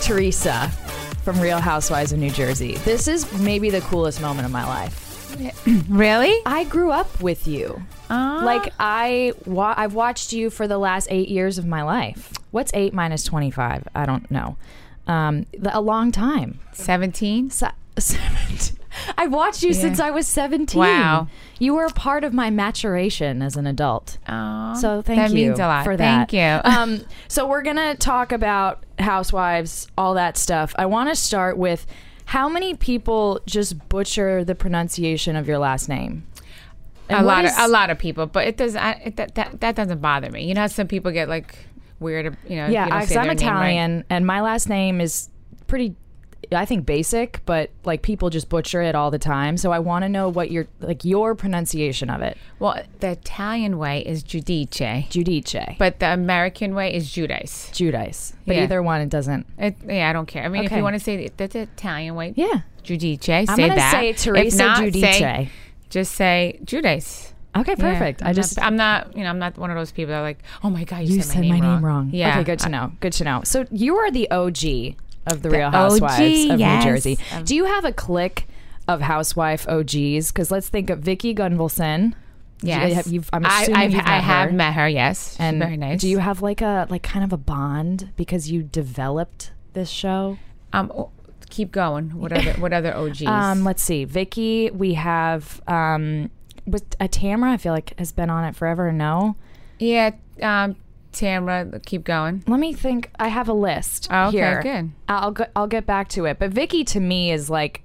Teresa from Real Housewives of New Jersey. This is maybe the coolest moment of my life. Really? Ah. I grew up with you. Like I, wa- I've watched you for the last eight years of my life. What's eight minus twenty-five? I don't know. Um, the- a long time. 17? Se- seventeen. I've watched you since I was seventeen. Wow. You were a part of my maturation as an adult. So thank that you means a lot. for that. Thank you. um, so we're gonna talk about housewives, all that stuff. I want to start with how many people just butcher the pronunciation of your last name. And a what lot is- of a lot of people, but it does. I, it, that, that that doesn't bother me. You know, how some people get like weird. You know, if Yeah, you don't because say I'm their name right. Italian, and my last name is pretty, I think, basic, but like people just butcher it all the time. So I want to know what your like your pronunciation of it, Well, the Italian way is Giudice, Giudice, but but the American way is Giudice. Giudice. But Yeah. either one, it doesn't. It, yeah, I don't care. I mean, if Okay. you want to say the, the Italian way, Yeah, Giudice, say I'm gonna that. say If Teresa not, Giudice. say- just say Giudice. okay, Yeah, perfect. I I'm just not, I'm not, you know, I'm not one of those people that are like, oh my god, you, you said, my, name, wrong. Yeah. Okay, good to I- know. Good to know. So you are the OG of the, Real OG, Housewives of yes. New Jersey. Do you have a clique of housewife OGs? Because let's think of Vicky Gunvalson. Yes. You, have, you've, I'm I, assuming I've- you've met I have her. met her. Yes, She's And very nice. Do you have like a like kind of a bond because you developed this show? um o- keep going? What other what other OGs? Um, let's see, Vicky. We have um, with a Tamara. I feel like has been on it forever. No, yeah, um, Tamra, keep going. let me think. I have a list. Oh, okay, here. good. I'll go, I'll get back to it. But Vicky to me is like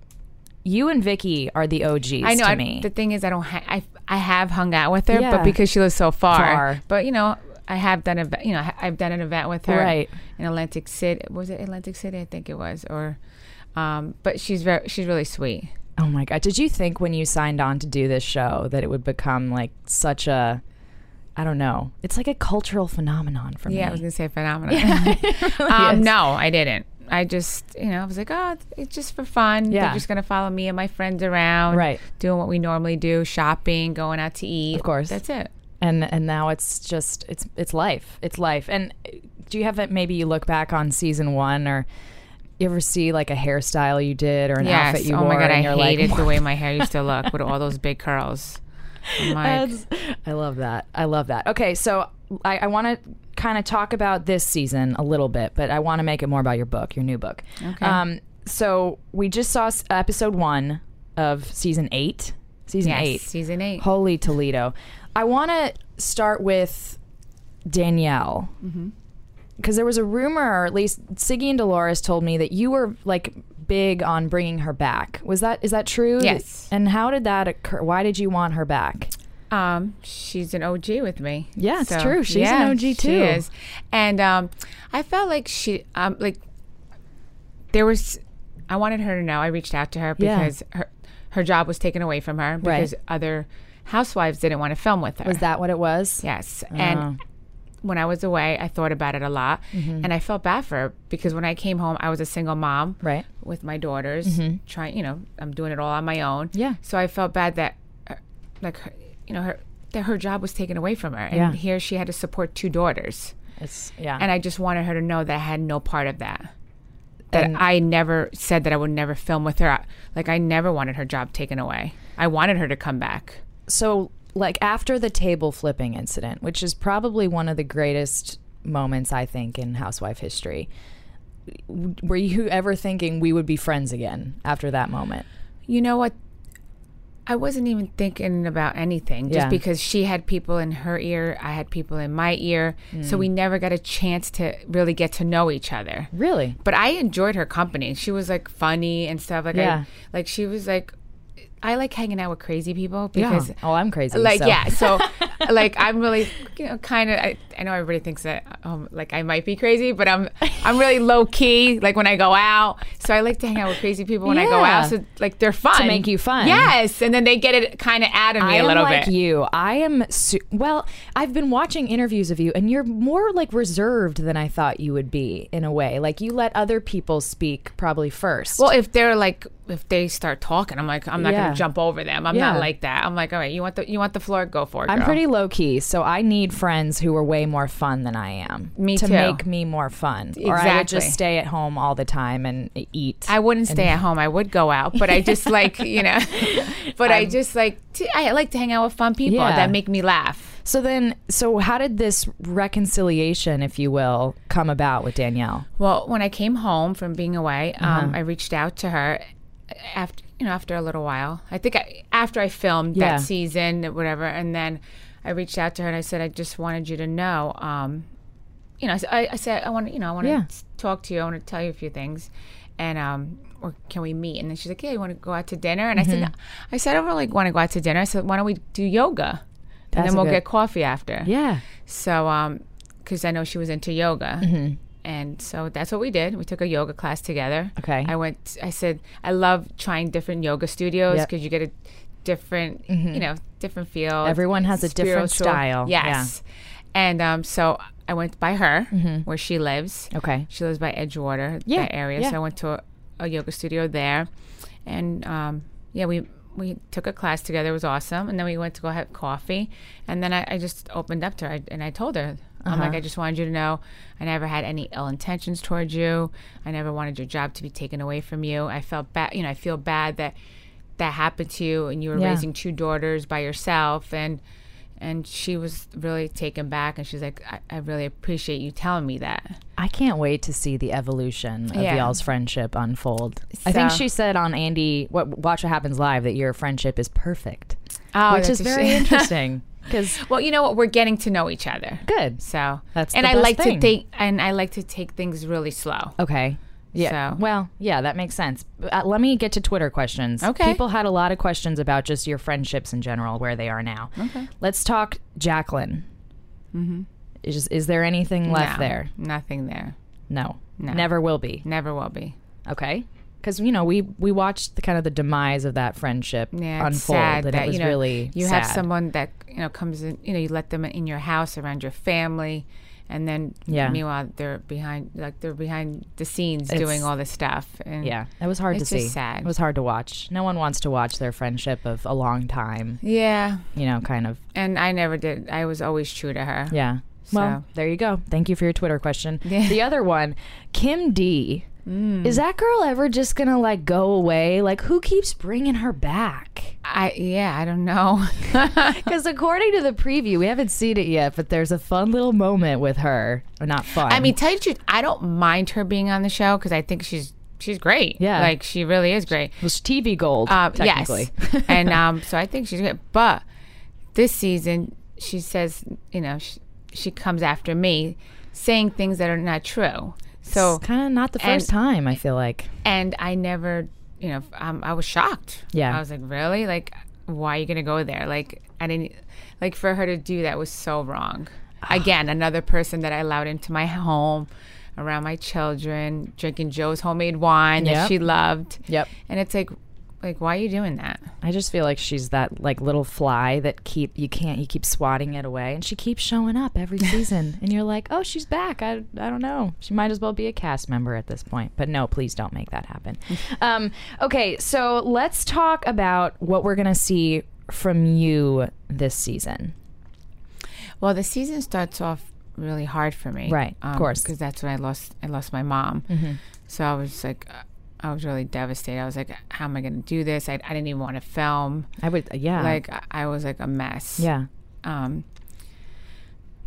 you and Vicky are the OGs I know. to I- me. the thing is, I don't. Ha- I I have hung out with her, Yeah. but because she lives so far. Far. But you know, I have done a you know I- I've done an event with her. Right. In Atlantic City, was it Atlantic City? I think it was. Or, um, but she's very she's really sweet. oh my god! Did you think when you signed on to do this show that it would become like such a I don't know. It's like a cultural phenomenon for Yeah, I was me. gonna say phenomenal. um, no, I didn't. I just, you know, I was like, oh, it's just for fun. Yeah. They're just gonna follow me and my friends around, Right. Doing what we normally do: shopping, going out to eat. Of course. that's it. And and now it's just it's it's life. It's life. And do you have it? Maybe you look back on season one, or you ever see like a hairstyle you did or an Yes. outfit you oh wore? my god, and I you're like, hated the way my hair used to look with all those big curls. I'm like, That's- I love that. I love that. Okay, so I, I want to kind of talk about this season a little bit, but I want to make it more about your book, your new book. Okay. Um, so we just saw s- episode one of season eight. Season yes, eight. season eight. Holy Toledo. I want to start with Danielle. Mm-hmm. Because there was a rumor, or at least Siggy and Dolores told me that you were like big on bringing her back. Was that is that true? Yes. And how did that occur? Why did you want her back? Um, she's an OG with me. Yeah, it's true. She's an OG too. She is, and um, I felt like she, um, like there was, I wanted her to know. I reached out to her Yeah. because her her job was taken away from her Right. because other housewives didn't want to film with her. Was Oh. that what it was? Yes, and when I was away, I thought about it a lot, Mm-hmm. and I felt bad for her because when I came home, I was a single mom, Right. with my daughters, trying, you know, I'm doing it all on my own. Mm-hmm. Yeah. So I felt bad that, uh, like, her, you know, her that her job was taken away from her, and Yeah. here she had to support two daughters, It's yeah. and I just wanted her to know that I had no part of that. That I never said that I would never film with her. I- Like I never wanted her job taken away. I wanted her to come back. so like after the table flipping incident, which is probably one of the greatest moments I think in housewife history. w- Were you ever thinking we would be friends again after that moment? You know what? I wasn't even thinking about anything just Yeah. because she had people in her ear, I had people in my ear. So Mm. we never got a chance to really get to know each other. Really? But I enjoyed her company. She was like funny and stuff. Like Yeah. I, like she was like I like hanging out with crazy people because Oh, I'm crazy. like so- yeah so like i'm really you know kind of I, I know everybody thinks that um, like i might be crazy but i'm i'm really low key like when i go out so i like to hang out with crazy people when i go Yeah. out so like they're fun To make you fun. yes and then they get it kind of out of me I a am little like bit you. I am su- well. I've been watching interviews of you, and you're more like reserved than I thought you would be in a way. Like you let other people speak probably first. well if they're like if they start talking i'm like i'm not Yeah. gonna jump over them i'm Yeah. not like that i'm like all right you want the you want the floor go for it I'm girl. pretty low key, so I need friends who are way more fun than I am. Me to too. make me more fun, or I would Exactly. just stay at home all the time and eat. I wouldn't stay at home. I would go out, but I just like you know, but i just like t- I like to hang out with fun people Yeah. that make me laugh. so then, so how did this reconciliation, if you will, come about with Danielle? Well, when I came home from being away, um, Uh-huh. I reached out to her after you know after a little while. I think I, after I filmed Yeah. that season, whatever, and then I reached out to her and I said, I just wanted you to know, um, you know, I, s- I- I said I want you know I want to Yeah. talk to you. I want to tell you a few things, and um, or can we meet? And then she's like, Yeah, you want to go out to dinner? And I said, Mm-hmm. "No." I said I don't really want to go out to dinner. I said, Why don't we do yoga? That's and a then we'll good- get coffee after. Yeah. So, um, because I know she was into yoga, Mm-hmm. and so that's what we did. We took a yoga class together. Okay. I went. I said I love trying different yoga studios Yep. Mm-hmm. because you get a different, you know, different feel. Everyone has a different spiritual- style. Yeah. Yes. And um, so I went by her where she lives. Mm-hmm. Okay. She lives by Edgewater, Yeah, that area. yeah. So I went to a, a yoga studio there, and um, yeah, we we took a class together. It was awesome, and then we went to go have coffee, and then I, I just opened up to her I- and I told her. I'm Uh-huh. like, I just wanted you to know I never had any ill intentions towards you. I never wanted your job to be taken away from you. I felt bad, you know, I feel bad that that happened to you and you were Yeah. raising two daughters by yourself. And and she was really taken back and she's like, I, I really appreciate you telling me that. I can't wait to see the evolution of Yeah. uh, y'all's friendship unfold. I think So- she said on Andy, "What Watch What Happens Live," that your friendship is perfect, Oh, which that's is a very shame. interesting. Because well, you know what? We're getting to know each other. good. So That's and the I best like thing. to think and I like to take things really slow. Okay. Yeah. So- Well, yeah, that makes sense. Uh, let me get to Twitter questions. Okay. People had a lot of questions about just your friendships in general, where they are now. Okay. Let's talk Jacqueline. Mm-hmm. Is, is there anything left No, there? Nothing there. No. Never will be. Never will be. Okay. Because you know we we watched the kind of the demise of that friendship Yeah, unfold, it's sad and that it was you know really you have sad. someone that you know comes in. You know, you let them in your house around your family, and then Yeah. meanwhile they're behind, like they're behind the scenes It's- doing all this stuff. And Yeah, it was hard It's to just see. sad. It was hard to watch. No one wants to watch their friendship of a long time. yeah. You know, kind of. And I never did. I was always true to her. Yeah. Well, So- there you go. Thank you for your Twitter question. The other one, Kim D. Mm. Is that girl ever just gonna like go away? Like, who keeps bringing her back? I yeah. I don't know. Because according to the preview, we haven't seen it yet, but there's a fun little moment with her. Or not fun. I mean, tell you the truth, I don't mind her being on the show because I think she's she's great. Yeah. like she really is great. it was TV gold. Um, technically. Yes. and um, so I think she's good. But this season, she says, you know, she, she comes after me saying things that are not true. So, it's kind of not the and- first time. I feel like. and I never, you know, um, I was shocked. Yeah. I was like, really? Like, why are you going to go there? Like, I didn't, like, for her to do that was so wrong. Again, another person that I allowed into my home. Around my children, drinking Joe's homemade wine Yep. that she loved. Yep. And it's like, like, why are you doing that? I just feel like she's that like little fly that keep you can't you keep swatting it away, and she keeps showing up every season, and you're like, oh, she's back. I I don't know. She might as well be a cast member at this point. But no, please don't make that happen. um, okay, so let's talk about what we're gonna see from you this season. Well, the season starts off really hard for me, Right, of course. because that's when I lost I lost my mom. So I was like, uh, I was really devastated. I was like, how am I going to do this? I, I didn't even want to film. I would uh, yeah Like I, I was like a mess. yeah Um.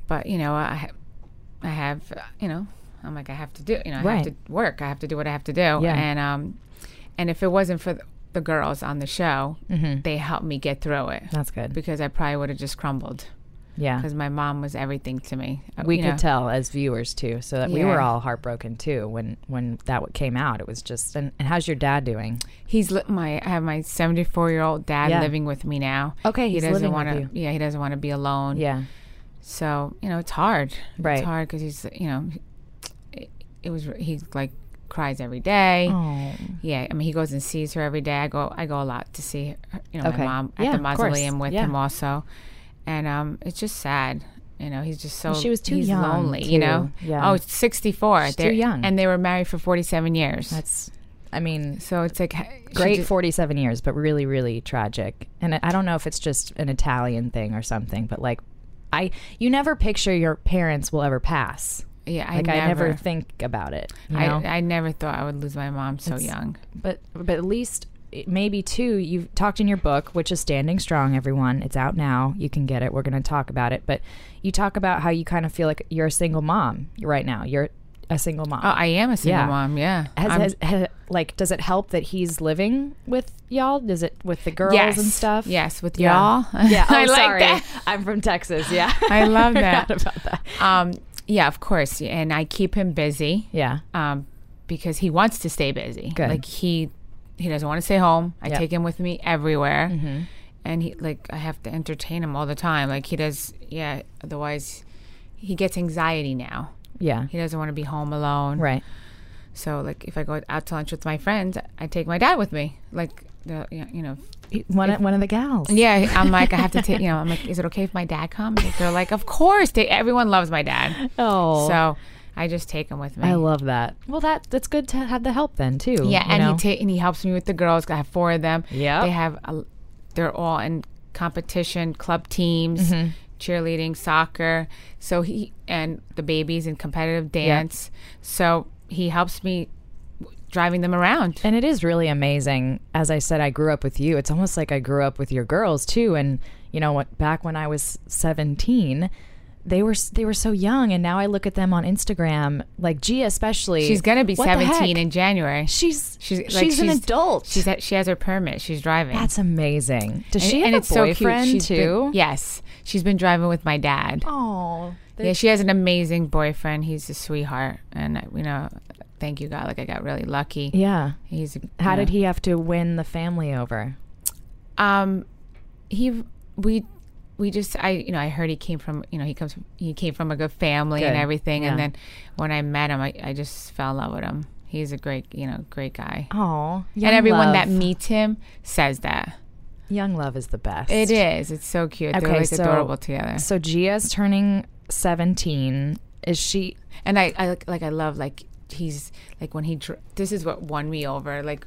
But you know, I ha- I have uh, you know, I'm like I have to do you know I Right. have to work. I have to do what I have to do. Yeah. And um, and if it wasn't for the, the Mm-hmm. girls on the show, they helped me get through it that's good because I probably would have just crumbled. Yeah. because my mom was everything to me. Uh, we you could know. tell as viewers too, so that we Yeah. were all heartbroken too when when that w- came out. It was just and, and how's your dad doing? He's li- my I have my 74 year old dad Yeah. living with me now. Okay, he he's doesn't living with want you. to. Yeah, he doesn't want to be alone. Yeah, So you know, it's hard. Right. It's hard because he's you know, it, it was he like cries every day. Oh. Yeah, I mean he goes and sees her every day. I go I go a lot to see her, you know Okay. my mom Yeah, at the of course. mausoleum with Yeah. him also, and um it's just sad. You know he's just so she was too he's young, lonely. You know too. Yeah. oh 64 She's too They're- young. and they were married for 47 years. that's. I mean, so it's like h- she great just- 47 years, but really, really tragic. And I- I don't know if it's just an Italian thing or something, but like, I you never picture your parents will ever pass. yeah Like I never think about it. You I, know? I never thought I would lose my mom so young. but but at least it- maybe two you've talked in your book which is standing strong everyone it's out now you can get it we're going to talk about it but you talk about how you kind of feel like you're a single mom right now you're a single mom Oh, I am a single Yeah. mom. Yeah. has, I'm- has, ha- like does it help that he's living with y'all does it with the girls yes. and stuff Yes, with yeah. y'all. yeah oh, I like sorry. that. i'm from texas yeah I love forgot that. about that Um, yeah, of course. And I keep him busy. yeah Um, because he wants to stay busy. Good. Like he he doesn't want to stay home. I Yep. Mm-hmm. take him with me everywhere. And he like I have to entertain him all the time. Like he does yeah, otherwise he gets anxiety now. yeah He doesn't want to be home alone. right So like if I go out to lunch with my friends, I take my dad with me. Like the you know one, of- one of the gals Yeah, I'm like, I have to take, you know, I'm like, is it okay if my dad comes? They're like, of course. They, everyone loves my dad. oh So I just take him with me. I love that. Well, that that's good to have the help then too. yeah, you and know? he ta- and he helps me with the girls. 'cause I have four of them. Yep. they have, a, they're all in competition, club teams, Mm-hmm. cheerleading, soccer. So he and the babies in competitive dance. So he helps me w- driving them around. And it is really amazing. As I said, I grew up with you. It's almost like I grew up with your girls too. And you know what? Back when I was seventeen, they were s- they were so young, and now I look at them on Instagram. Like Gia, especially. She's gonna be What the heck? seventeen in January. she's she's She's like, she's, an she's- adult. She's at, she has her permit. She's driving. that's amazing. Does And- she have and a it's boyfriend so cute. She's been- too? yes, she's been driving with my dad. Oh, yeah, she has an amazing boyfriend. He's a sweetheart, and I, you know, thank you God. Like I got really lucky. yeah. He's. A, How you did know. he have to win the family over? Um, he we we just I you know I heard he came from you know he comes from, he came from a good family and Good. everything, and Yeah. then when I met him, I, I just fell in love with him. He's a great you know great guy. Oh, And everyone that meets him says that. young love is the best. It is. It's so cute. They're Okay, like so- adorable together. So Gia's turning 17. Is she And I, I like, like I love like he's like when he dr- this is what won me over like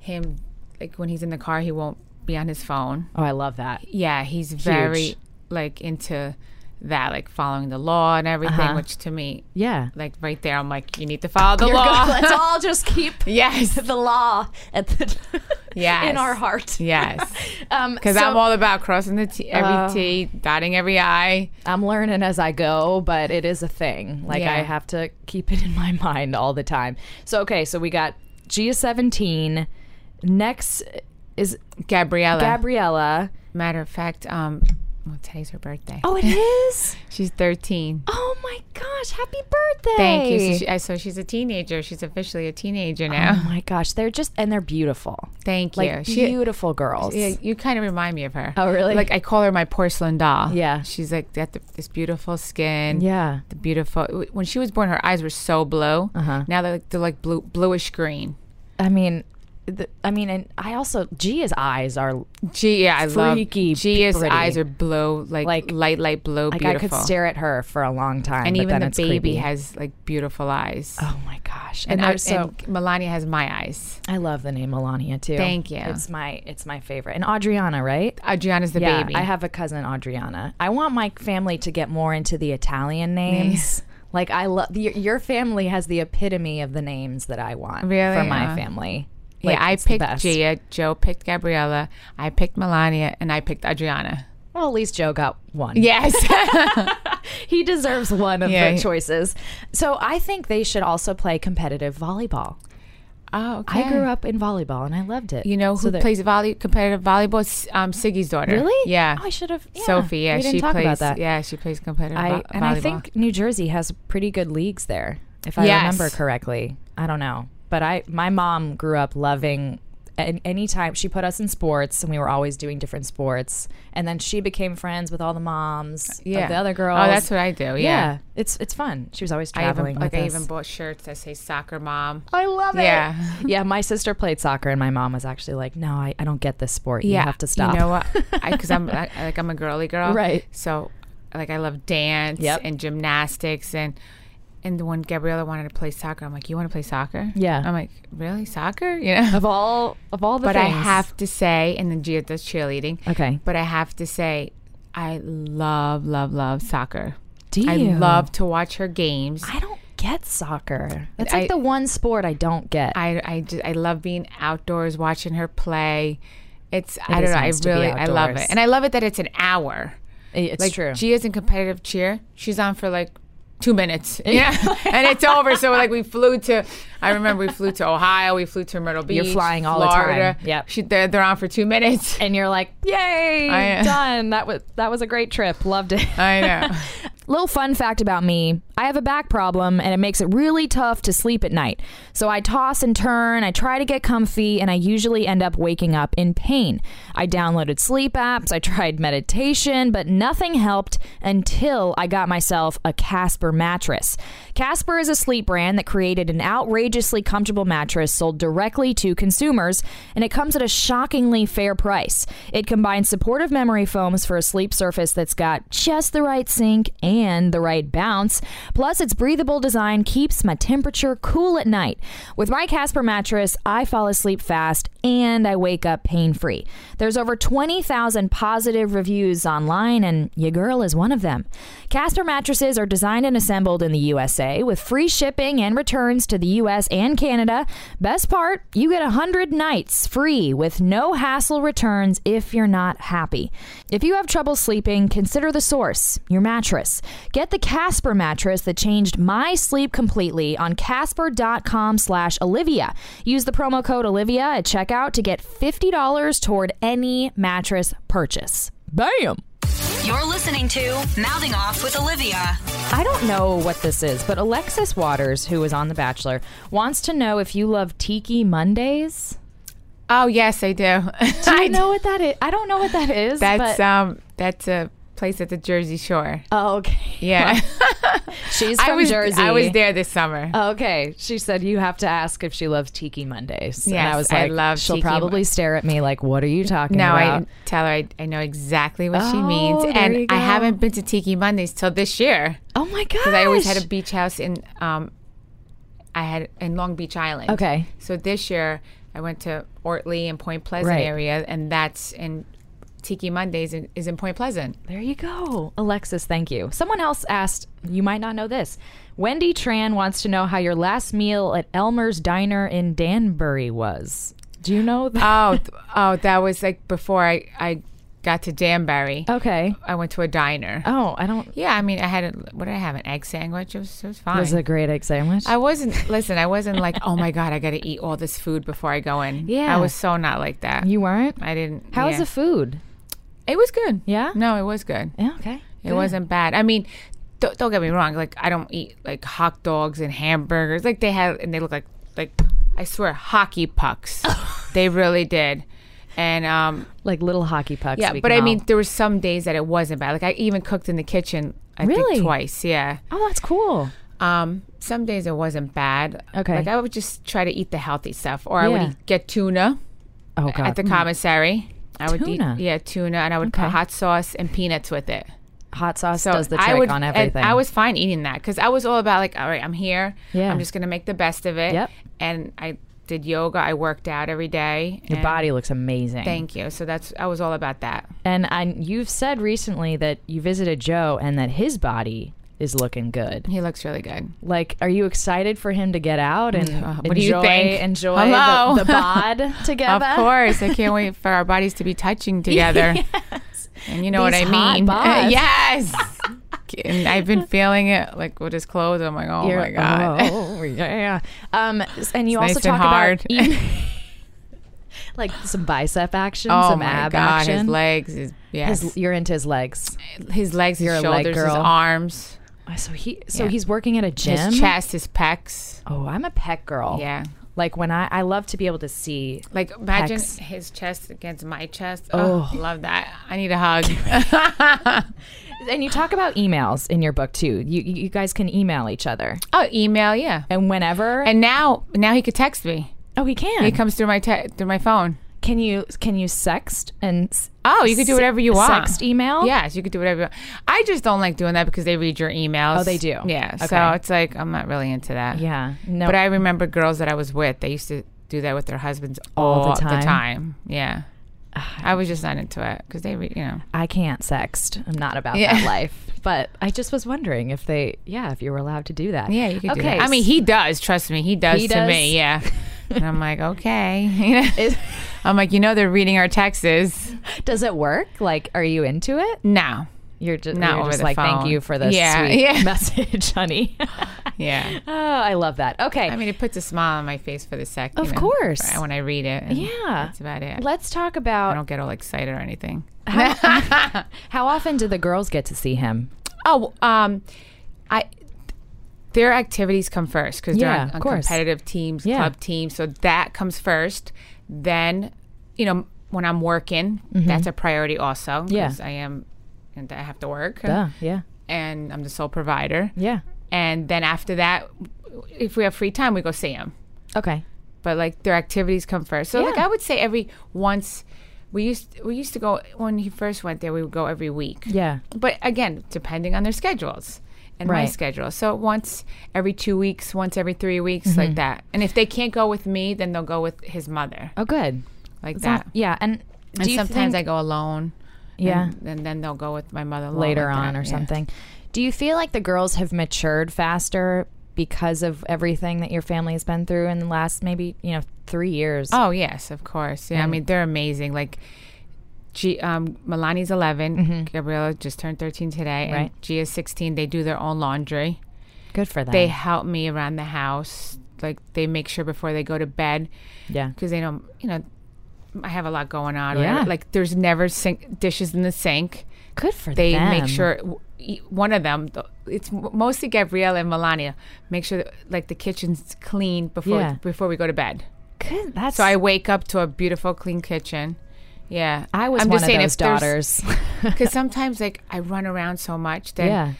him like when he's in the car he won't be on his phone. Oh, I love that. Yeah, he's very Huge. like into that like following the law and everything Uh-huh. which to me Yeah. like right there I'm like you need to follow the You're law. good. Let's all just keep yes. the law at the in Yes. our heart. Yes. Um Cuz so- I'm all about crossing the t- every Uh, t, dotting every i. I'm learning as I go, but it is a thing. Like Yeah. I have to keep it in my mind all the time. So okay, so we got Gia 17. Next is Gabriella. Uh. Gabriella. Matter of fact, um well, today's her birthday. Oh, it is. She's 13. oh my gosh, happy birthday. Thank you. So, she, I- so she's a teenager. She's officially a teenager now. oh my gosh, they're just and they're beautiful. Thank you. Like beautiful girls. yeah, you kind of remind me of her. Oh, really? Like I call her my porcelain doll. Yeah. she's like got the, this beautiful skin. Yeah. the beautiful. When she was born, her eyes were so blue. Uh-huh. Now they're like they're like blue, bluish green. I mean, the, I mean, and I also Gia's eyes are Gee, yeah, I Freaky love. Gia's pretty. eyes are blue, like, Like- light, light blue, like I beautiful. could stare at her for a long time, and but even then the it's baby creepy. has like beautiful eyes. Oh my gosh! And, and, they're I, so and Melania has my eyes. I love the name Melania too. Thank you. It's my it's my favorite. And Adriana, right? Adriana's the yeah, baby. I have a cousin Adriana. I want my family to get more into the Italian names. like I love your, your family has the epitome of the names that I want Really? for my Yeah. family. Like, yeah, I it's the picked best. Gia. Joe picked Gabriella. I picked Melania, and I picked Adriana. Well, at least Joe got one. Yes. he deserves one of Yeah, the he- choices. So I think they should also play competitive volleyball. Oh, okay. I grew up in volleyball and I loved it. You know So who there- plays volley competitive volleyball? S- Um, Siggy's daughter. Really? Yeah. Oh, I should have. yeah. Sophie. Yeah, we didn't she talk plays. about that. Yeah, she plays competitive I vo- and volleyball. I think New Jersey has pretty good leagues there, if I Yes. remember correctly. I don't know, but I my mom grew up loving. And anytime she put us in sports, and we were always doing different sports, and then she became friends with all the moms yeah. of the other girls. Oh, that's what I do. Yeah. yeah. it's it's fun. She was always I traveling even like with I us. even bought shirts that say soccer mom. I love it. Yeah. yeah. My sister played soccer, and my mom was actually like, "No, I, I don't get this sport. You have to stop." You know what? Because I'm I, like I'm a girly girl, Right. So, like I love dance Yep. and gymnastics and. And when Gabriella wanted to play soccer, I'm like, "You want to play soccer?" Yeah. I'm like, "Really, soccer?" You know. of all of all the but things, I have to say, and then Gia does cheerleading. Okay. But I have to say, I love, love, love soccer. Do I you? love to watch her games. I don't get soccer. It's like the I- one sport I don't get. I, I, just, I love being outdoors, watching her play. It's I is don't know. nice I to be really I love outdoors. it, and I love it that it's an hour. I- it's like true. Gia's in competitive cheer. She's on for like two minutes. Yeah. and it's over. So like we flew to I remember we flew to Ohio, we flew to Myrtle Beach. You're flying all the time. Florida. Yep. She, they're, they're on for two minutes. and you're like, "Yay, I- done! That was that was a great trip. Loved it." I know. Little fun fact about me: I have a back problem, and it makes it really tough to sleep at night. So I toss and turn. I try to get comfy, and I usually end up waking up in pain. I downloaded sleep apps. I tried meditation, but nothing helped until I got myself a Casper mattress. Casper is a sleep brand that created an outrageously comfortable mattress sold directly to consumers, and it comes at a shockingly fair price. It combines supportive memory foams for a sleep surface that's got just the right sink and the right bounce. Plus, its breathable design keeps my temperature cool at night. With my Casper mattress, I fall asleep fast and I wake up pain free. There's over 20,000 positive reviews online, and your girl is one of them. Casper mattresses are designed and assembled in the USA with free shipping and returns to the US and Canada. Best part, you get 100 nights free with no hassle returns if you're not happy. If you have trouble sleeping, consider the source, your mattress. Get the Casper mattress that changed my sleep completely on casper.com slash Olivia. Use the promo code Olivia at checkout to get $50 toward any mattress purchase. Bam! You're listening to Mouthing Off with Olivia. I don't know what this is, but Alexis Waters, who was on The Bachelor, wants to know if you love Tiki Mondays. Oh yes, I do. Do you know what that is? I don't know what that is. That's but, um that's a place at the Jersey Shore. oh, okay. Yeah. She's from I was Jersey. Oh, I was there this summer. Okay, she said you have to ask if she loves Tiki Mondays. and I Yes, was I like, love she'll Tiki probably Mon- stare at me like, "What are you talking Now about?" I tell her I, I know exactly what she Oh, means, there you and go. I haven't been to Tiki Mondays till this year. oh my gosh! because I always had a beach house in um, I had in Long Beach Island. Okay. So this year I went to Ortley and Point Pleasant Right. area, and that's in Tiki Mondays in, is in Point Pleasant. There you go, Alexis. Thank you. Someone else asked. You might not know this. Wendy Tran wants to know how your last meal at Elmer's Diner in Danbury was. Do you know that? Oh, th- oh, that was like before I I got to Danbury. okay. I went to a diner. Oh, I don't. Oh. Yeah, I mean I had a, what did I have an egg sandwich? It was it was fine. It was a great egg sandwich. I wasn't listen. I wasn't like, oh my god, I got to eat all this food before I go in. Yeah. I was so not like that. you weren't. I didn't. How was yeah. the food? It was good. Yeah? No, it was good. Yeah, okay. It wasn't bad. I mean, don't, don't get me wrong. Like I don't eat like hot dogs and hamburgers. Like they had, and they look like like I swear hockey pucks. they really did. And um, Like little hockey pucks. yeah, we but can I all- mean, there were some days that it wasn't bad. Like I even cooked in the kitchen. I Really? think twice. Yeah. oh, that's cool. Um, some days it wasn't bad. Okay. Like I would just try to eat the healthy stuff, or I would Yeah. eat, get tuna Oh god. at the commissary. I would Tuna? eat yeah tuna, and I would Okay. put hot sauce and peanuts with it. Hot sauce So does the trick I would, on and everything. I was fine eating that because I was all about like, all right, I'm here. Yeah. I'm just gonna make the best of it. Yep. And I did yoga. I worked out every day. Your and- body looks amazing. Thank you. So that's I was all about that. and I, you've said recently that you visited Joe and that his body is looking good. He looks really good. Uh, Like, are you excited for him to get out and what enjoy, do you think? enjoy Hello? the, the bod together? Of course, I can't wait for our bodies to be touching together. And you know These what I hot mean. bods. yes. and I've been feeling it like with his clothes. I'm like, oh my god. Oh yeah. Um, and you also nice and talk hard. about eating- like some bicep action, Oh some my ab god, action. his legs, his yes, His- his, you're into his legs. legs, his You're a shoulders, leg his girl. arms, Oh, So he, so Yeah. he's working at a gym. his chest, his pecs. Oh, I'm a pec girl. Yeah, Like when I, I love to be able to see. like imagine Pecs. his chest against my chest. Oh, Oh. love that. I need a hug. And you talk about emails in your book too. You, you guys can email each other oh, email, yeah. and whenever. And now, now he could text me. oh, he can. He comes through my te- through my phone. can you can you sext and? s- Oh, you could se- do whatever you want. Sext email. Yes, you could do whatever. you want. I just don't like doing that because they read your emails. Oh, they do? Yeah. So Okay. it's like I'm not really into that. Yeah. No. But I remember girls that I was with, they used to do that with their husbands All the all, time? Ah, time. Yeah. I was just not into it because they, re- you know. I can't sext. I'm not about Yeah. that life. But I just was wondering if they, yeah, if you were allowed to do that. Yeah, you could okay, do that. I mean, he does. Trust me, he does He to does? me. Yeah. and I'm like, okay. I'm like, you know, they're reading our texts. does it work? Like, are you into it? No. You're just, Not you're over just the like, phone. thank you for this Yeah, sweet yeah. message, honey. Yeah. oh, I love that. Okay. I mean, it puts a smile on my face for the second. Of course. When I read it. and Yeah. That's about it. Let's talk I about don't get all excited or anything. how often do the girls get to see him? Oh, um, I their activities come first because Yeah, they're on, of on course. competitive teams, Yeah. club teams, so that comes first. Then, you know, when I'm working, that's a priority also. Mm-hmm. Yeah. 'cause I am, and I have to work, Duh, yeah. and I'm the sole provider. Yeah. And then after that, if we have free time, we go see them Okay. but like their activities come first. So like Yeah. I would say every once we used we used to go when he first went there we would go every week. Yeah. But again, depending on their schedules and my Right. schedule. So once every 2 weeks, once every 3 weeks like that. And if they can't go with me, then they'll go with his mother Oh, good. like So- that. yeah. And, And do you sometimes think- I go alone. Yeah. And, and then they'll go with my mother alone later like on that, or yeah. something. Do you feel like the girls have matured faster because of everything that your family has been through in the last maybe, you know, three years? Oh yes, of course. Yeah, I mean they're amazing. Like, G, um, Milani's 11 Gabriella just turned thirteen today, Right. and Gia's sixteen. They do their own laundry. good for them. They help me around the house. Like they make sure before they go to bed yeah. because they don't, you know, I have a lot going on. or Yeah. whatever. Like there's never sink, dishes in the sink. Good for They them. make sure w- e- one of them. th- It's m- mostly Gabriella and Melania. Make sure that, like the kitchen's clean before Yeah. before we go to bed. Good. That's. So I wake up to a beautiful, clean kitchen. Yeah, I was one of those daughters. because sometimes like I run around so much that yeah.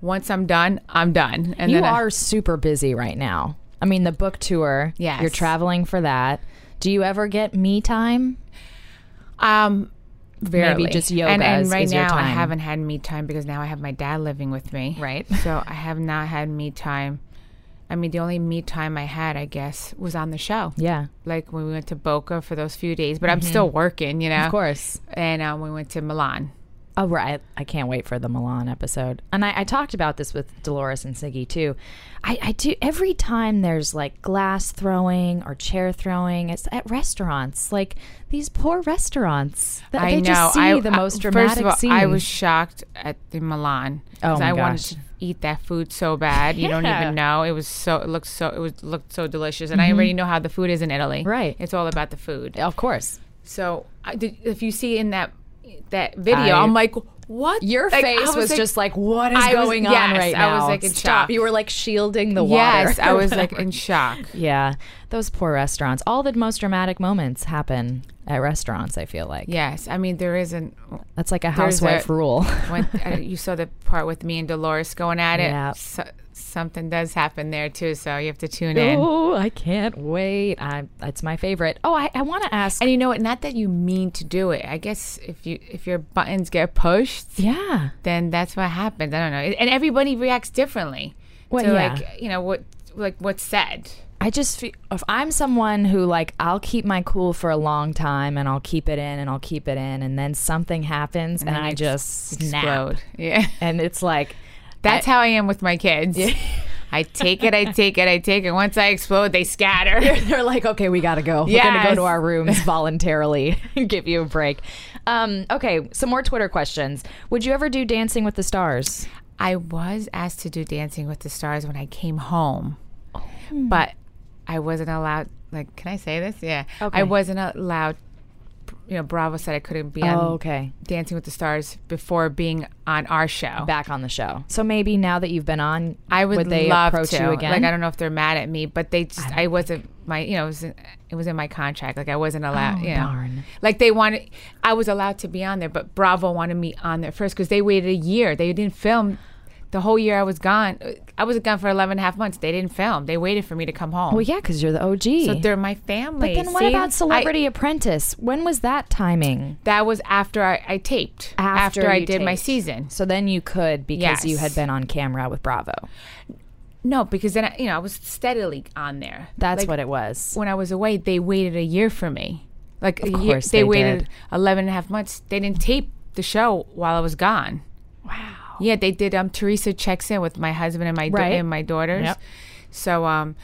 once I'm done, I'm done. And You then I- are super busy right now. I mean, the book tour. Yes. You're traveling for that. Do you ever get me time? um, barely. just And, yoga and is- right is your now I time. haven't had me time because now I have my dad living with me. Right. So I have not had me time. I mean, the only me time I had, I guess, was on the show. Yeah. Mm-hmm. Like when we went to Boca for those few days, but I'm still working, you know. Of course. And um, we went to Milan. Oh, right. I can't wait for the Milan episode. And I, I talked about this with Dolores and Siggy too. I, I do every time there's like glass throwing or chair throwing, it's at restaurants. Like these poor restaurants. Th- they just see the most dramatic First of all, scene. I was shocked at the Milan. 'cause Oh my I wanted gosh. to eat that food so bad. You don't Yeah. Mm-hmm. even know. It was so it looked so it was looked so delicious, and I already know how the food is in Italy. Right. It's all about the food. of course. So I did, if you see in that that video, I- I, am like, what? Your Like, I face was, like- just like, what is I was- going on yes, right I now? was, like, in Stop. shock. You were like shielding the water. yes. I was like in shock. yeah. Those poor restaurants. All the most dramatic moments happen at restaurants, I feel like. Yes. I mean, there isn't. That's like a There's a- housewife rule. When, uh, you saw the part with me and Dolores going at it. Yeah. So, something does happen there too, so you have to tune in. Oh, I can't wait. I that's my favorite. Oh, I, I want to ask. And you know what? Not that you mean to do it. I guess if you if your buttons get pushed, yeah. then that's what happens. I don't know. And everybody reacts differently Well, to yeah. like you know what like what's said. I just feel if I'm someone who like I'll keep my cool for a long time and I'll keep it in and I'll keep it in and then something happens and, then I ex- just snap. Explode. Yeah. And it's like That's how I am with my kids. I take it, I take it, I take it. Once I explode, they scatter. they're like, okay, we gotta go. We're gonna go Yes. to our rooms voluntarily and give you a break. Um, okay, some more Twitter questions. Would you ever do Dancing with the Stars? I was asked to do Dancing with the Stars when I came home, Hmm. but I wasn't allowed. Like, can I say this? Yeah, Okay. I wasn't allowed. You know, Bravo said I couldn't be on Oh, okay. Dancing with the Stars before being on our show. Back on the show. So maybe now that you've been on, I would, they love approach to. you again? Like I don't know if they're mad at me, but they just I, wasn't my you know it was, it was in my contract. Like I wasn't allowed. Oh, you know. darn. Like they wanted, I was allowed to be on there, but Bravo wanted me on there first because they waited a year. They didn't film the whole year I was gone. I was gone for 11 and a half months. They didn't film. They waited for me to come home. Well, yeah, because you're the OG. So they're my family. but then what see? I- about Celebrity Apprentice? When was that timing? that was after I, I taped. I you did my taped. season. So then you could because you Yes. had been on camera with Bravo. No, because then I, you know I was steadily on there. That's Like, what it was. when I was away, they waited a year for me. Like, a year, course they, they waited did. 11 and a half months. They didn't tape the show while I was gone. Wow. Yeah, they did. Um, Teresa checks in with my husband and my da- Right. and my daughters. Yep. So, um,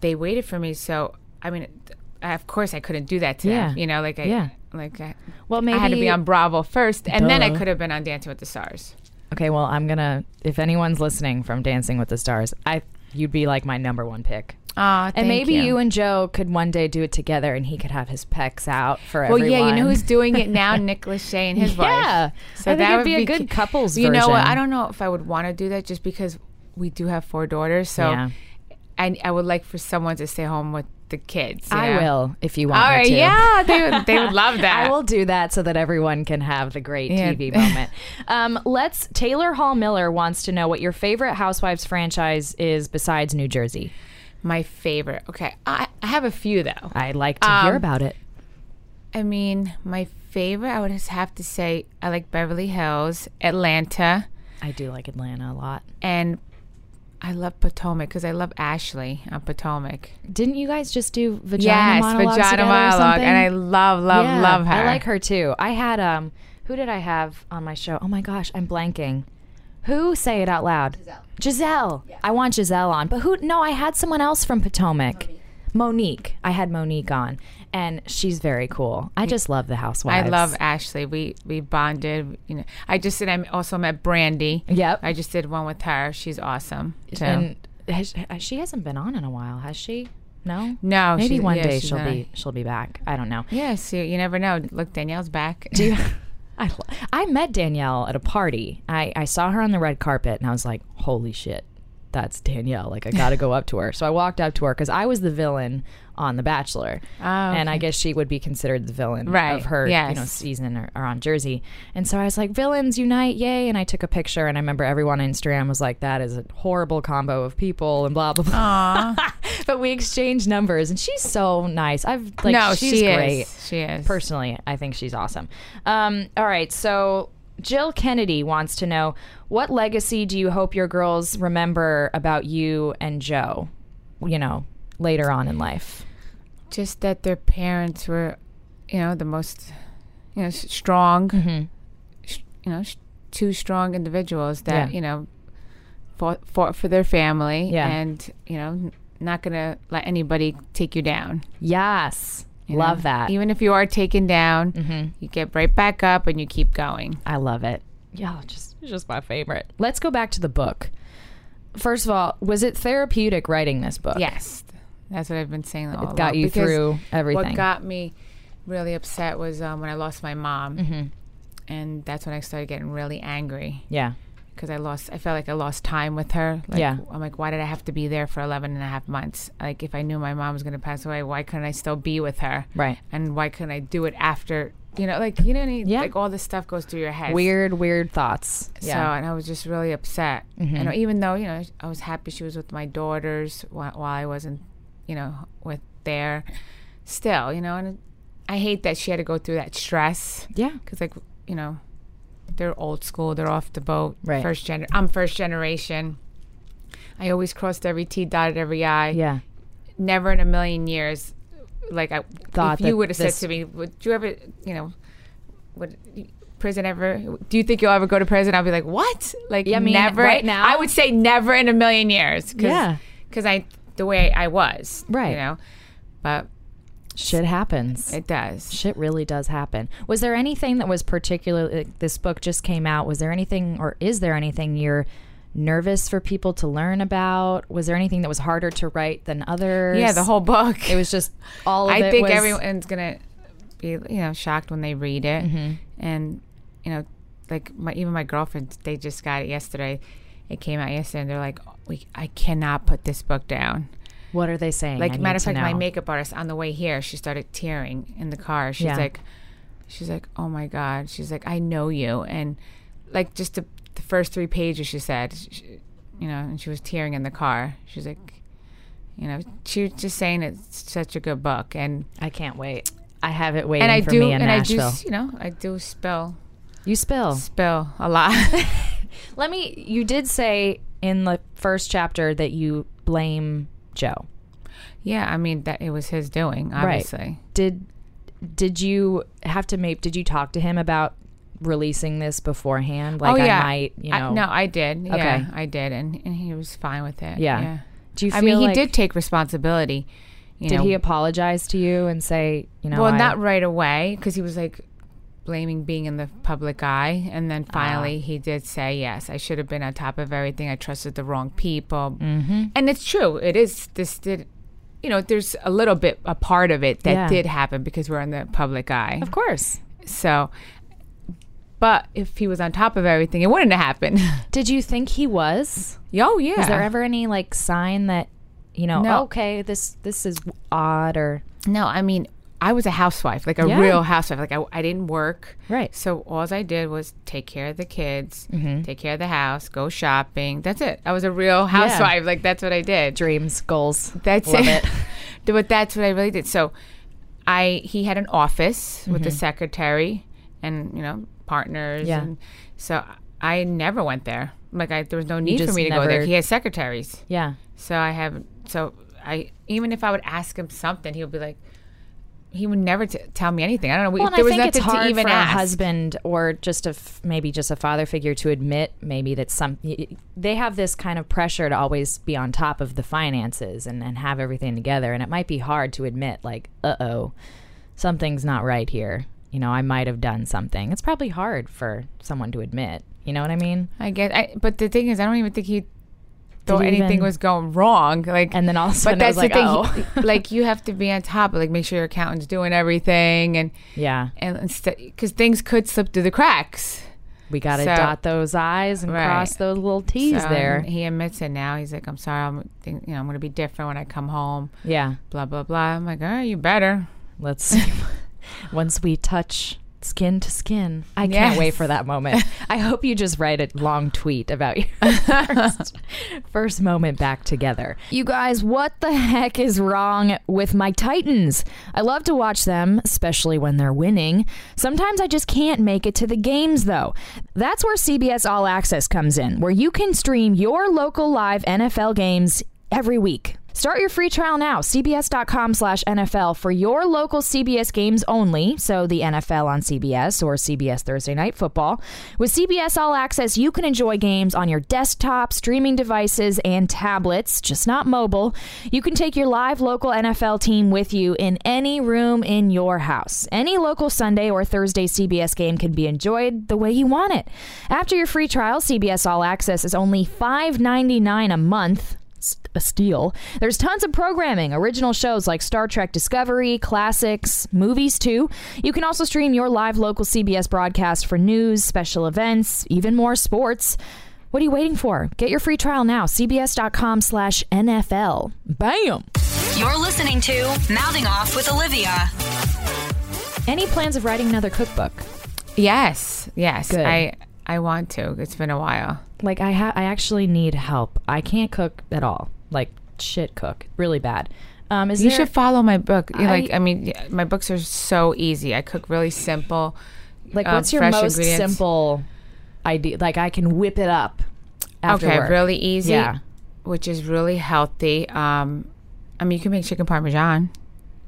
they waited for me. So, I mean, th- I- of course, I couldn't do that to them. Yeah. You know, like I, Yeah. like I, Well, I had to maybe- be on Bravo first, and then I Duh. could have been on Dancing with the Stars. Okay, well, I'm gonna. If anyone's listening from Dancing with the Stars, I you'd be like my number one pick. Ah, And maybe you. and Joe could one day do it together, and he could have his pecs out for Well, everyone. yeah, you know who's doing it now? Nick Lachey and his wife. Yeah. I think it'd be a good couples You know what? version. I don't know if I would want to do that just because we do have four daughters. So, Yeah. I I would like for someone to stay home with the kids. you I know? will if you want All me right. to. Yeah, they would, they would love that. I will do that so that everyone can have the great Yeah. TV moment. Um, let's. Taylor Hall Miller wants to know what your favorite Housewives franchise is besides New Jersey. My favorite. Okay, I I have a few though. I'd like to hear Um, about it. I mean, my favorite. I would just have to say I like Beverly Hills, Atlanta, I do like Atlanta a lot. and I love Potomac because I love Ashley on Potomac. Didn't you guys just do vagina Yes, monologues vagina together or monologue, something? and I love, love, Yeah, love her. I like her too. I had um, who did I have on my show? Oh my gosh, I'm blanking. Who say it out loud? Giselle. Giselle. I want Giselle on, but who? No, I had someone else from Potomac. Monique. I had Monique on, and she's very cool. I just love the I housewives. love Ashley. We we bonded. You know, I just did. I also met Brandy. Yep. I just did one with her. She's awesome. too. And has, has- she hasn't been on in a while, has she? No. No, Maybe she's- one yeah, day she's she'll not. be she'll be back. I don't know. yeah, so you never know. Look, Danielle's back. Do you, I, lo- I met Danielle at a party. I, I saw her on the red carpet and I was like, holy shit, that's Danielle. Like, I got to go up to her. So I walked up to her because I was the villain on The Bachelor. Oh, And I okay. guess she would be considered the villain Right, of her you know, yes. season or, or on Jersey. And so I was like, villains unite, yay. And I took a picture and I remember everyone on Instagram was like, that is a horrible combo of people and blah, blah, blah. but we exchanged numbers and she's so nice. I've like, no, she's she great is. She is. personally, I think she's awesome. Um, all right, so Jill Kennedy wants to know what legacy do you hope your girls remember about you and Joe, you know, later on in life? just that their parents were, you know, the most, you know, s- strong, Mm-hmm. sh- you know, sh- two strong individuals that Yeah. you know fought, fought for their family Yeah. and you know n- not gonna let anybody take you down. Yes, you know? love that. Mm-hmm. Even if you are taken down, you get right back up and you keep going. I love it. Yeah, just just my favorite. Let's go back to the book. First of all, was it therapeutic writing this book? Yes, that's what I've been saying. All Uh, It got along, you because through everything. What got me really upset was um, when I lost my mom, Mm-hmm. and that's when I started getting really angry. yeah. because I lost, I felt like I lost time with her. Like, Yeah. I'm like, why did I have to be there for 11 and a half months? Like, if I knew my mom was going to pass away, why couldn't I still be with her? Right. And why couldn't I do it after, you know, like, you know, what I mean? Yeah. like all this stuff goes through your head. Weird, weird thoughts. So, and I was just really upset. And even though, you know, I was happy she was with my daughters while, while I wasn't, you know, with there, still, you know, and I hate that she had to go through that stress Yeah. because like you know they're old school they're off the boat Right. first gen i'm first generation i always crossed every t dotted every i Yeah. never in a million years like i Thought if you that would have said this- to me would you ever you know would prison ever do you think you'll ever go to prison i'll be like what like Yeah, I mean, never right now- i would say never in a million years cause, Yeah. 'cause i the way i was Right. you know but Shit happens. it does shit really does happen. Was there anything that was particularly this book just came out? Was there anything or is there anything you're nervous for people to learn about? Was there anything that was harder to write than others? Yeah, the whole book. It was just all. Of I it think was- everyone's gonna be you know shocked when they read it, Mm-hmm. and you know, like my even my girlfriend, they just got it yesterday. It came out yesterday, and they're like, "Oh, "We, I cannot put this book down." What are they saying? I Like need matter of to fact, my know. makeup artist on the way here, she started tearing in the car. She's Yeah. like, she's like, oh my god. She's like, I know you, and like just the, the first three pages, she said, sh you know, and she was tearing in the car. She's like, you know, she was just saying it's such a good book, and I can't wait. I have it waiting and I for do, me in and I do, Nashville. s- you know, I do spell you spill. spell a lot. Let me. You did say in the first chapter that you blame Joe. yeah, I mean that it was his doing, obviously. Did did you have to make? Did you talk to him about releasing this beforehand? Like oh yeah, I might. You know. I, no, I did. Yeah, Okay. I did, and, and he was fine with it. Yeah. Do you? Feel I mean, like- he did take responsibility. You Did know, he apologize to you and say, you know? well, I- not right away because he was like blaming being in the public eye, and Ah. then finally he did say, "Yes, I should have been on top of everything. I trusted the wrong people." Mm-hmm. And it's true. It is this did. You know, there's a little bit, a part of it that Yeah. did happen because we're in the public eye. Of course. So, but if he was on top of everything, it wouldn't have happened. Did you think he was? oh, yeah. Was there ever any like sign that, you know, "Oh, No. okay, this this is odd or No, I mean, I was a housewife, like a Yeah. real housewife. Like I, I didn't work. Right. So all I did was take care of the kids, Mm-hmm. take care of the house, go shopping. That's it. I was a real housewife. Like that's what I did. dreams, goals? That's Love it. it. but that's what I really did. So I he had an office with the secretary and you know partners. Mm-hmm. Yeah. And so I never went there. Like I, there was no need for just me to go there. never- He had secretaries. Yeah. So I have so I even if I would ask him something, he would be like, he would never t- tell me anything. I don't know. We, Well, and I there was think it's nothing hard to even for ask. a husband or just a f- maybe just a father figure to admit maybe that some y- y- they have this kind of pressure to always be on top of the finances and, and have everything together, and it might be hard to admit like, uh oh, something's not right here. You know, I might have done something. It's probably hard for someone to admit. You know what I mean? I guess. I, but the thing is, I don't even think he thought he anything even- was going wrong. Like, And then all of a sudden it was like, thing. oh. He- like you have to be on top. Like, make sure your accountant's doing everything, and Yeah, and because things could slip through the cracks. we got to So- dot those I's and Right. cross those little T's So, there. and He admits it now. He's like, I'm sorry. I'm, think, you know, I'm going to be different when I come home. Yeah, Blah blah blah. I'm like, all right, you better. Let's once we touch skin to skin. I can't Yes. wait for that moment. I hope you just write a long tweet about your first, first moment back together. You guys, what the heck is wrong with my Titans? I love to watch them, especially when they're winning. Sometimes I just can't make it to the games though. That's where CBS All Access comes in, where you can stream your local live NFL games every week. Start your free trial now, cbs.com slash NFL for your local CBS games only. So the NFL on CBS or CBS Thursday Night Football. With CBS All Access, you can enjoy games on your desktop, streaming devices, and tablets, just not mobile. You can take your live local NFL team with you in any room in your house. Any local Sunday or Thursday CBS game can be enjoyed the way you want it. After your free trial, CBS All Access is only $5.99 a month st- a steal. There's tons of programming, original shows like Star Trek Discovery, classics, movies too. You can also stream your live local CBS broadcast for news, special events, even more sports. What are you waiting for? Get your free trial now. CBS.com slash NFL. Bam! You're listening to Mouthing Off with Olivia. Any plans of writing another cookbook? Yes, yes. Good. I I want to. It's been a while. Like I ha- I actually need help. I can't cook at all. Like shit cook. Really bad. Um, is You there- should follow my book. You like, I- I mean, yeah, my books are so easy. I cook really simple. Like, um, what's your fresh most ingredients. simple idea? Like, I can whip it up. After okay, work. really easy. Yeah. Which is really healthy. Um, I mean, you can make chicken parmesan.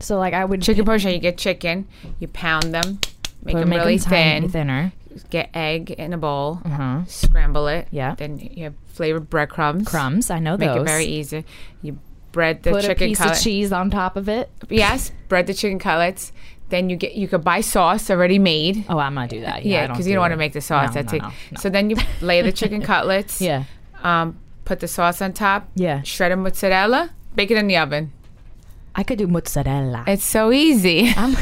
So, like, I would Chicken parmesan. You get chicken. You pound them. Make put- them make really 'em tiny, thin. thinner. Get egg in a bowl. Scramble it. Yeah. Then you have flavored breadcrumbs. Crumbs. I know Make those. it very easy. You bread the Put a chicken piece cutlet. of cheese on top of it. Yes, bread the chicken cutlets. Then you get you could buy sauce already made. Oh, I'm gonna do that. Yeah, Yeah, because you don't want to make the sauce. No, That's no, it. no, no. So then you lay the chicken cutlets. Yeah. um, put the sauce on top. Yeah. Shredded mozzarella. Bake it in the oven. I could do mozzarella. It's so easy. I'm,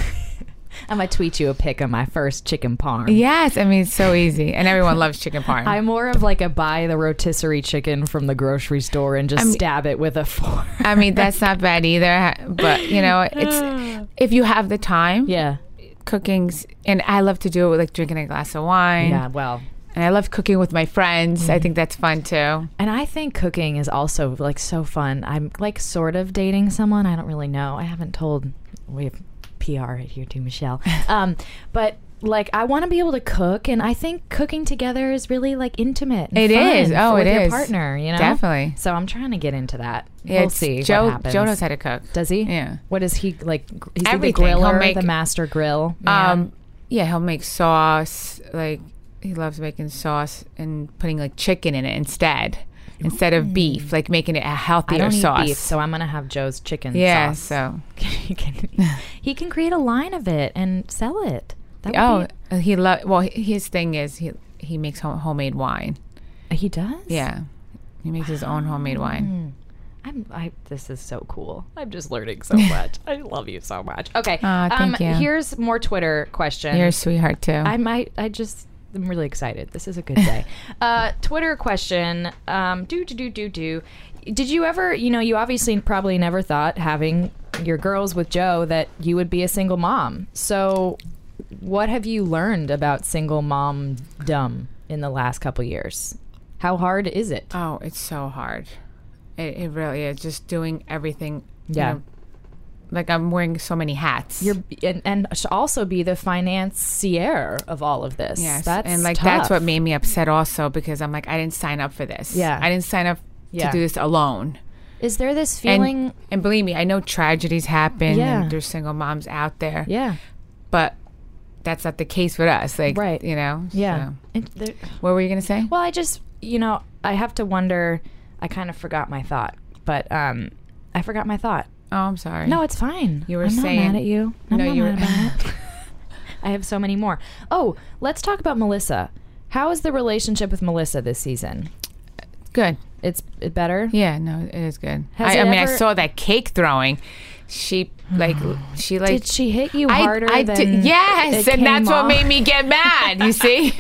I'm gonna tweet you a pic of my first chicken parm. yes, I mean it's so easy, and everyone loves chicken parm. I'm more of like a buy the rotisserie chicken from the grocery store and just I'm- stab it with a fork. I mean that's not bad either, but you know it's if you have the time, yeah. cooking's and I love to do it with like drinking a glass of wine. Yeah, Mm-hmm. well. And I love cooking with my friends. I think that's fun too. And I think cooking is also like so fun. I'm like sort of dating someone. I don't really know. I haven't told. We have PR right here too, Michelle. Um, but like I want to be able to cook, and I think cooking together is really like intimate. It It is. is. Oh, with it your is. partner. You know, Definitely. So I'm trying to get into that. Yeah, we'll it's- see Joe, what happens. Joe knows how to cook. Does he? Yeah. What is he like? gr- He's like the Everything. He'll griller, make- the master grill. Um, yeah, he'll make sauce. Like he loves making sauce and putting like chicken in it instead, instead of beef. Like making it a healthier Mm. I don't sauce. eat beef, so I'm gonna have Joe's chicken yeah, sauce. so he can he can create a line of it and sell it. That would oh, he love. Well, h- his thing is he he makes home- homemade wine. be, he does. Yeah, he makes his own homemade wine. I'm, I this is so cool. I'm just learning so much. I love you so much. Okay, um, Aw, thank you. Here's more Twitter question. You're a sweetheart too. I might. I just. I'm really excited. This is a good day. uh, Twitter question. Um, do do do do do. Did you ever? You know, you obviously probably never thought having your girls with Joe that you would be a single mom. So, what have you learned about single mom dumb in the last couple years? How hard is it? Oh, it's so hard. It, it really is. Just doing everything. you Yeah. know, like I'm wearing so many hats. You're and, and should also be the financier of all of this. Yes, that's and like tough. that's what made me upset also because I'm like I didn't sign up for this. Yeah. I didn't sign up Yeah. to do this alone. is there this And feeling. and believe me, I know tragedies happen. Yeah. and there's single moms out there. yeah, but that's not the case with us. Like Right. you know. yeah. so. It- there- What were you gonna say? Well, I just, you know, I have to wonder. I kind of forgot my thought, but um, I forgot my thought. oh, I'm sorry. No, it's fine. You were I'm saying- not mad at you. I'm No, not you were- mad about it. I have so many more. Oh, let's talk about Melissa. How is the relationship with Melissa this season? good. It's it better. Yeah, no, it is good. Has I, it I mean, I ever- saw that cake throwing. She like she like Did she hit you harder than? did- yes, it and came that's what off? made me get mad. You see,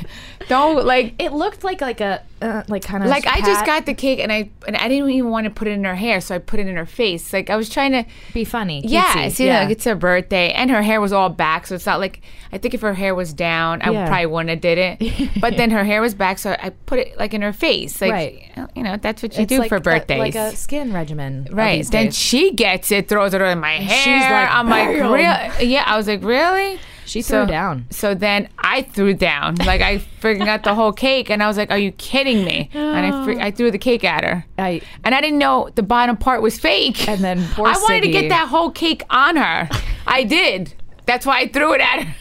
don't like It looked like like a uh, like kind of like I just pat- got the cake and I and I didn't even want to put it in her hair, so I put it in her face. Like I was trying to. be funny. Yeah, cutesy, see, like it's her birthday, and her hair was all back, so it's not like I think if her hair was down, I Yeah. probably wouldn't have did it. but then her hair was back, so I put it like in her face, like Right. you know, that's what you It's do like for a- birthdays, like a skin regimen. of right? these Then days. she gets it, throws it in my hair. she's like, I'm like, "Bam." really? Yeah, I was like, really? She threw down. So then I threw down, like I freaking got the whole cake, and I was like, "Are you kidding me?" And I fre- Oh. I threw the cake at her. I- and I didn't know the bottom part was fake. And then poor I wanted to Siggy- get that whole cake on her. I did. That's why I threw it at her.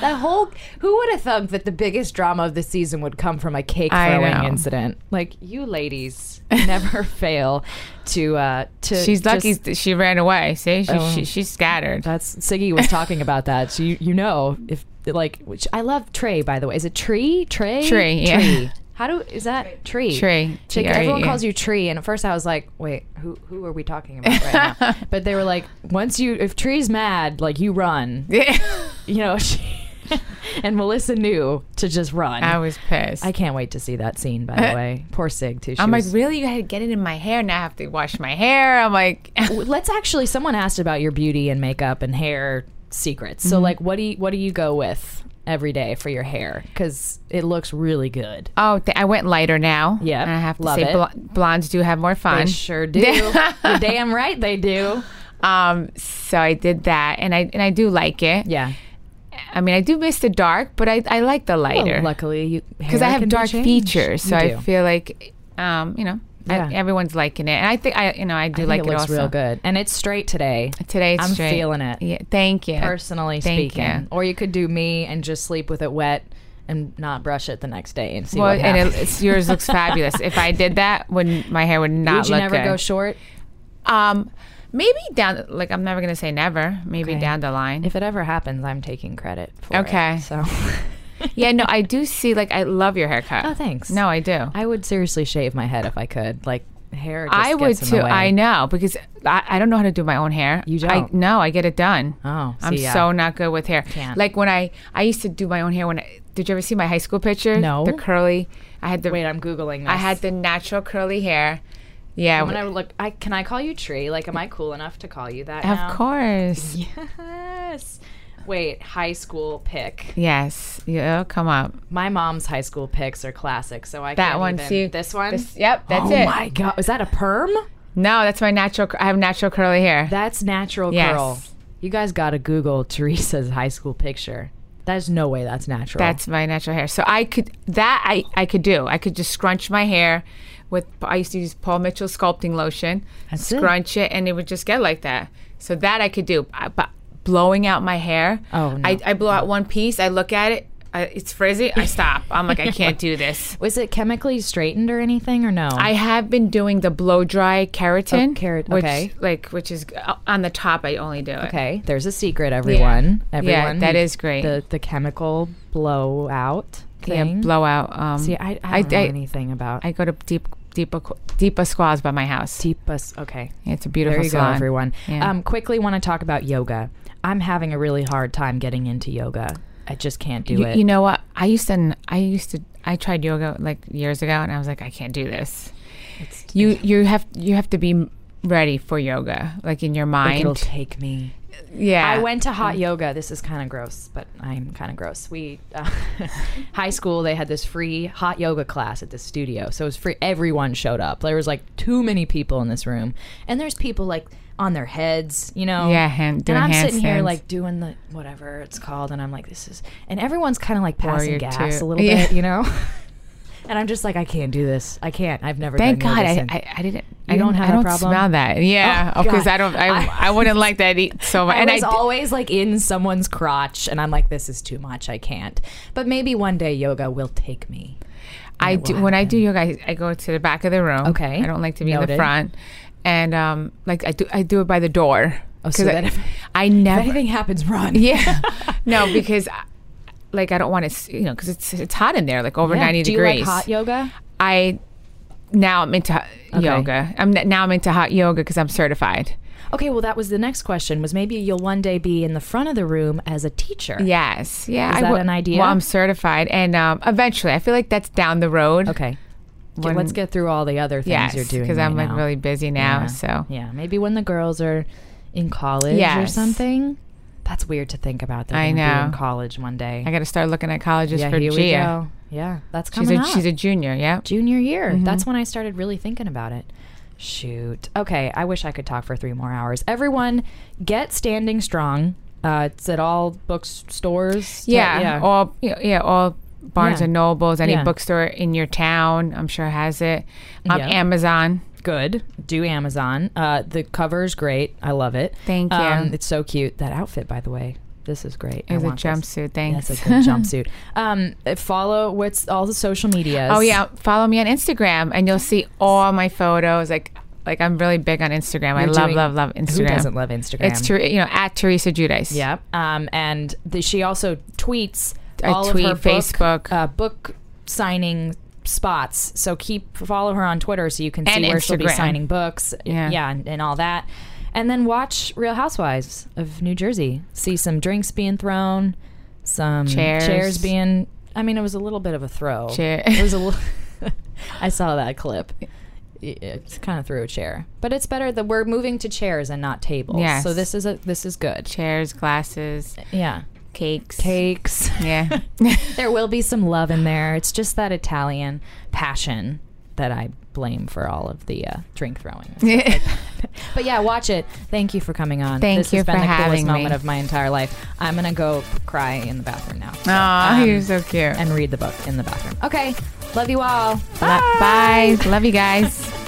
The whole who would have thunk that the biggest drama of the season would come from a cake I throwing know. incident? Like you ladies never fail to uh to She's lucky just- that she ran away. See, she, Oh. she, she's scattered. that's Siggy was talking about that. So you, you know if like which I love Trey by the way. Is it tree? Trey? Tree, yeah. Tree. How do is that tree? Tree. E Chick, T-R-E, everyone yeah. calls you tree, and at first I was like, "Wait, who who are we talking about right now?" But they were like, "Once you, if tree's mad, like you run, you know." She, and Melissa knew to just run. I was pissed. I can't wait to see that scene. By the way, poor Sig too. She I'm like, was- really? You had to get it in my hair? Now I have to wash my hair? I'm like, let's actually. Someone asked about your beauty and makeup and hair secrets. So, like, what do you what do you go with every day for your hair? Because it looks really good. oh, th- I went lighter now. Yep, And I have to love say, it. bl- blondes do have more fun. I sure do. You're damn right they do. Um, so I did that, and I and I do like it. Yeah. I mean, I do miss the dark, but I, I like the lighter. Well, luckily, because I have dark features, so I feel feel like, um, you know, Yeah. I, everyone's liking it, and I think I, you know, I do I like think it looks also. real good, and it's straight today. Today, it's I'm straight. feeling it. Yeah, thank you. personally Thank speaking. you. Or you could do me and just sleep with it wet and not brush it the next day and see Well, what and happens. it, it's, yours looks fabulous. If I did that, would my hair would not Would you look never good. go short? um, maybe down. Like I'm never gonna say never. Maybe Okay. down the line. If it ever happens, I'm taking credit for it. Okay. So yeah, no, I do see. Like, I love your haircut. Oh, thanks. No, I do. I would seriously shave my head if I could. Like hair. Just I would gets in the too. way. I know because I, I don't know how to do my own hair. You I, don't? no, I get it done. Oh, see, I'm yeah. so not good with hair. Can't. Like when I I used to do my own hair. When I, did you ever see my high school picture? No. the curly. I had the Wait, I'm googling. This. I had the natural curly hair. Yeah, I'm gonna look. I can I call you Tree? Like, am I cool enough to call you that? of now? course. Yes. Wait, high school pick. Yes, yeah, it'll come up. My mom's high school picks are classic, so I That can't one. Even, See this one. yep, that's oh it. my god, is that a perm? No, that's my natural. cur- I have natural curly hair. That's natural Yes. curl. You guys gotta Google Teresa's high school picture. There's no way that's natural. That's my natural hair. So I could that I I could do. I could just scrunch my hair with I used to use Paul Mitchell sculpting lotion. That's it. scrunch it. and it would just get like that. So that I could do. I- But blowing out my hair. Oh, no. I I blow out one piece. I look at it. I, it's frizzy. I stop. I'm like I can't do this. was it chemically straightened or anything or no? I have been doing the blow dry keratin. Oh, kerat- which, okay. Like which is uh, on the top. I only do it. okay. There's a secret, everyone. Yeah, Everyone, that is great. The the chemical blowout Yeah, thing. blowout. Um, See, I, I don't know anything about. I go to deep deepa Qu- deepa squaws by my house. Deep us. Okay. It's a beautiful There you salon. go, everyone. Yeah. Um, quickly want to talk about yoga. I'm having a really hard time getting into yoga. I just can't do You, it. you know what? I used to. I used to. I tried yoga like years ago, and I was like, I can't do this. you you have you have to be ready for yoga, like in your Like, it'll mind. take me. yeah, Mm. I went to hot yoga. This is kind of gross, but I'm kind of gross. We uh, high school they had this free hot yoga class at the studio, so it was free. Everyone showed up. There was like too many people in this room, and there's people like on their heads, you know. Yeah, hand- doing and I'm sitting here handstands. like doing the whatever it's called, and I'm like, this is, and everyone's kind of like passing Warrior gas two. a little Yeah. bit, you know. and I'm just like, I can't do this. I can't. I've never. Thank done God yoga I, since. I, I didn't. I You don't have didn't- I a don't problem? smell that. Yeah, Oh, because I God. don't. I, I wouldn't like that e- so much. I and was I d- always like in someone's crotch, and I'm like, this is too much. I can't. But maybe one day yoga will take me. I do when I do yoga, I, I go to the back of the room. Okay. I don't like to be in Noted. the front, and um, like I do, I do it by the door. Oh, so 'Cause that I, if- I never. If anything happens, run. yeah, no, because I- like I don't want to, you know, because it's it's hot in there, like over Yeah. ninety do degrees. you like hot yoga? I now I'm into hot Okay. yoga. I'm n- now I'm into hot yoga because I'm certified. Okay, well, that was the next question. Was maybe you'll one day be in the front of the room as a teacher? Yes, yeah. Is I that an idea? Well, I'm certified, and um, eventually, I feel like that's down the road. Okay. Get- When- let's get through all the other things Yes, you're doing. because right I'm like now. really busy now. Yeah. So yeah, maybe when the girls are in college or Yes. something. That's weird to think about. They're I gonna Be in know. college one day. I got to start looking at colleges yeah, for here Gia. we go. Yeah, that's She's coming a, up. she's a junior, yeah. junior year. Mm-hmm. That's when I started really thinking about it. Shoot. Okay, I wish I could talk for three more hours. Everyone, get Standing Strong. Uh, it's at all bookstores. yeah, all yeah, yeah, all Barnes Yeah. and Nobles, any Yeah. bookstore in your town, I'm sure has it. Um, Yeah. Amazon. good. Do Amazon. Uh, the cover's great. I love it. Thank you. Um, it's so cute. That outfit, by the way, this is great. I It's a want this. jumpsuit. Thanks. That's a good jumpsuit. Um, follow what's all the social medias. oh yeah, follow me on Instagram, and you'll see all my photos. Like, like I'm really big on Instagram. I You're love, doing- love, love Instagram. Who doesn't love Instagram? It's Ter- you know at Teresa Judice. Yep. Um, and the, she also tweets I all tweet, of her book, Facebook. uh, book signing spots. So keep follow her on Twitter so you can And see where she'll be Instagram. signing books. Yeah. yeah, and, and all that. And then watch Real Housewives of New Jersey. See some drinks being thrown, some Chairs. being. I mean, it was a little bit of a throw. Chair. It was a little. I saw that clip. It's kind of through a chair, but it's better that we're moving to chairs and not tables. Yes. So this is a this is good. Chairs, glasses, Yeah. cakes. Cakes. Yeah. there will be some love in there. It's just that Italian passion that I blame for all of the uh, drink throwing. but yeah, watch it. Thank you for coming on. Thank this you has been for the coolest having me. moment of my entire life. I'm going to go cry in the bathroom now. So, Aw, um, you're so cute. and read the book in the bathroom. Okay. Love you all. Lo- bye. Love you guys.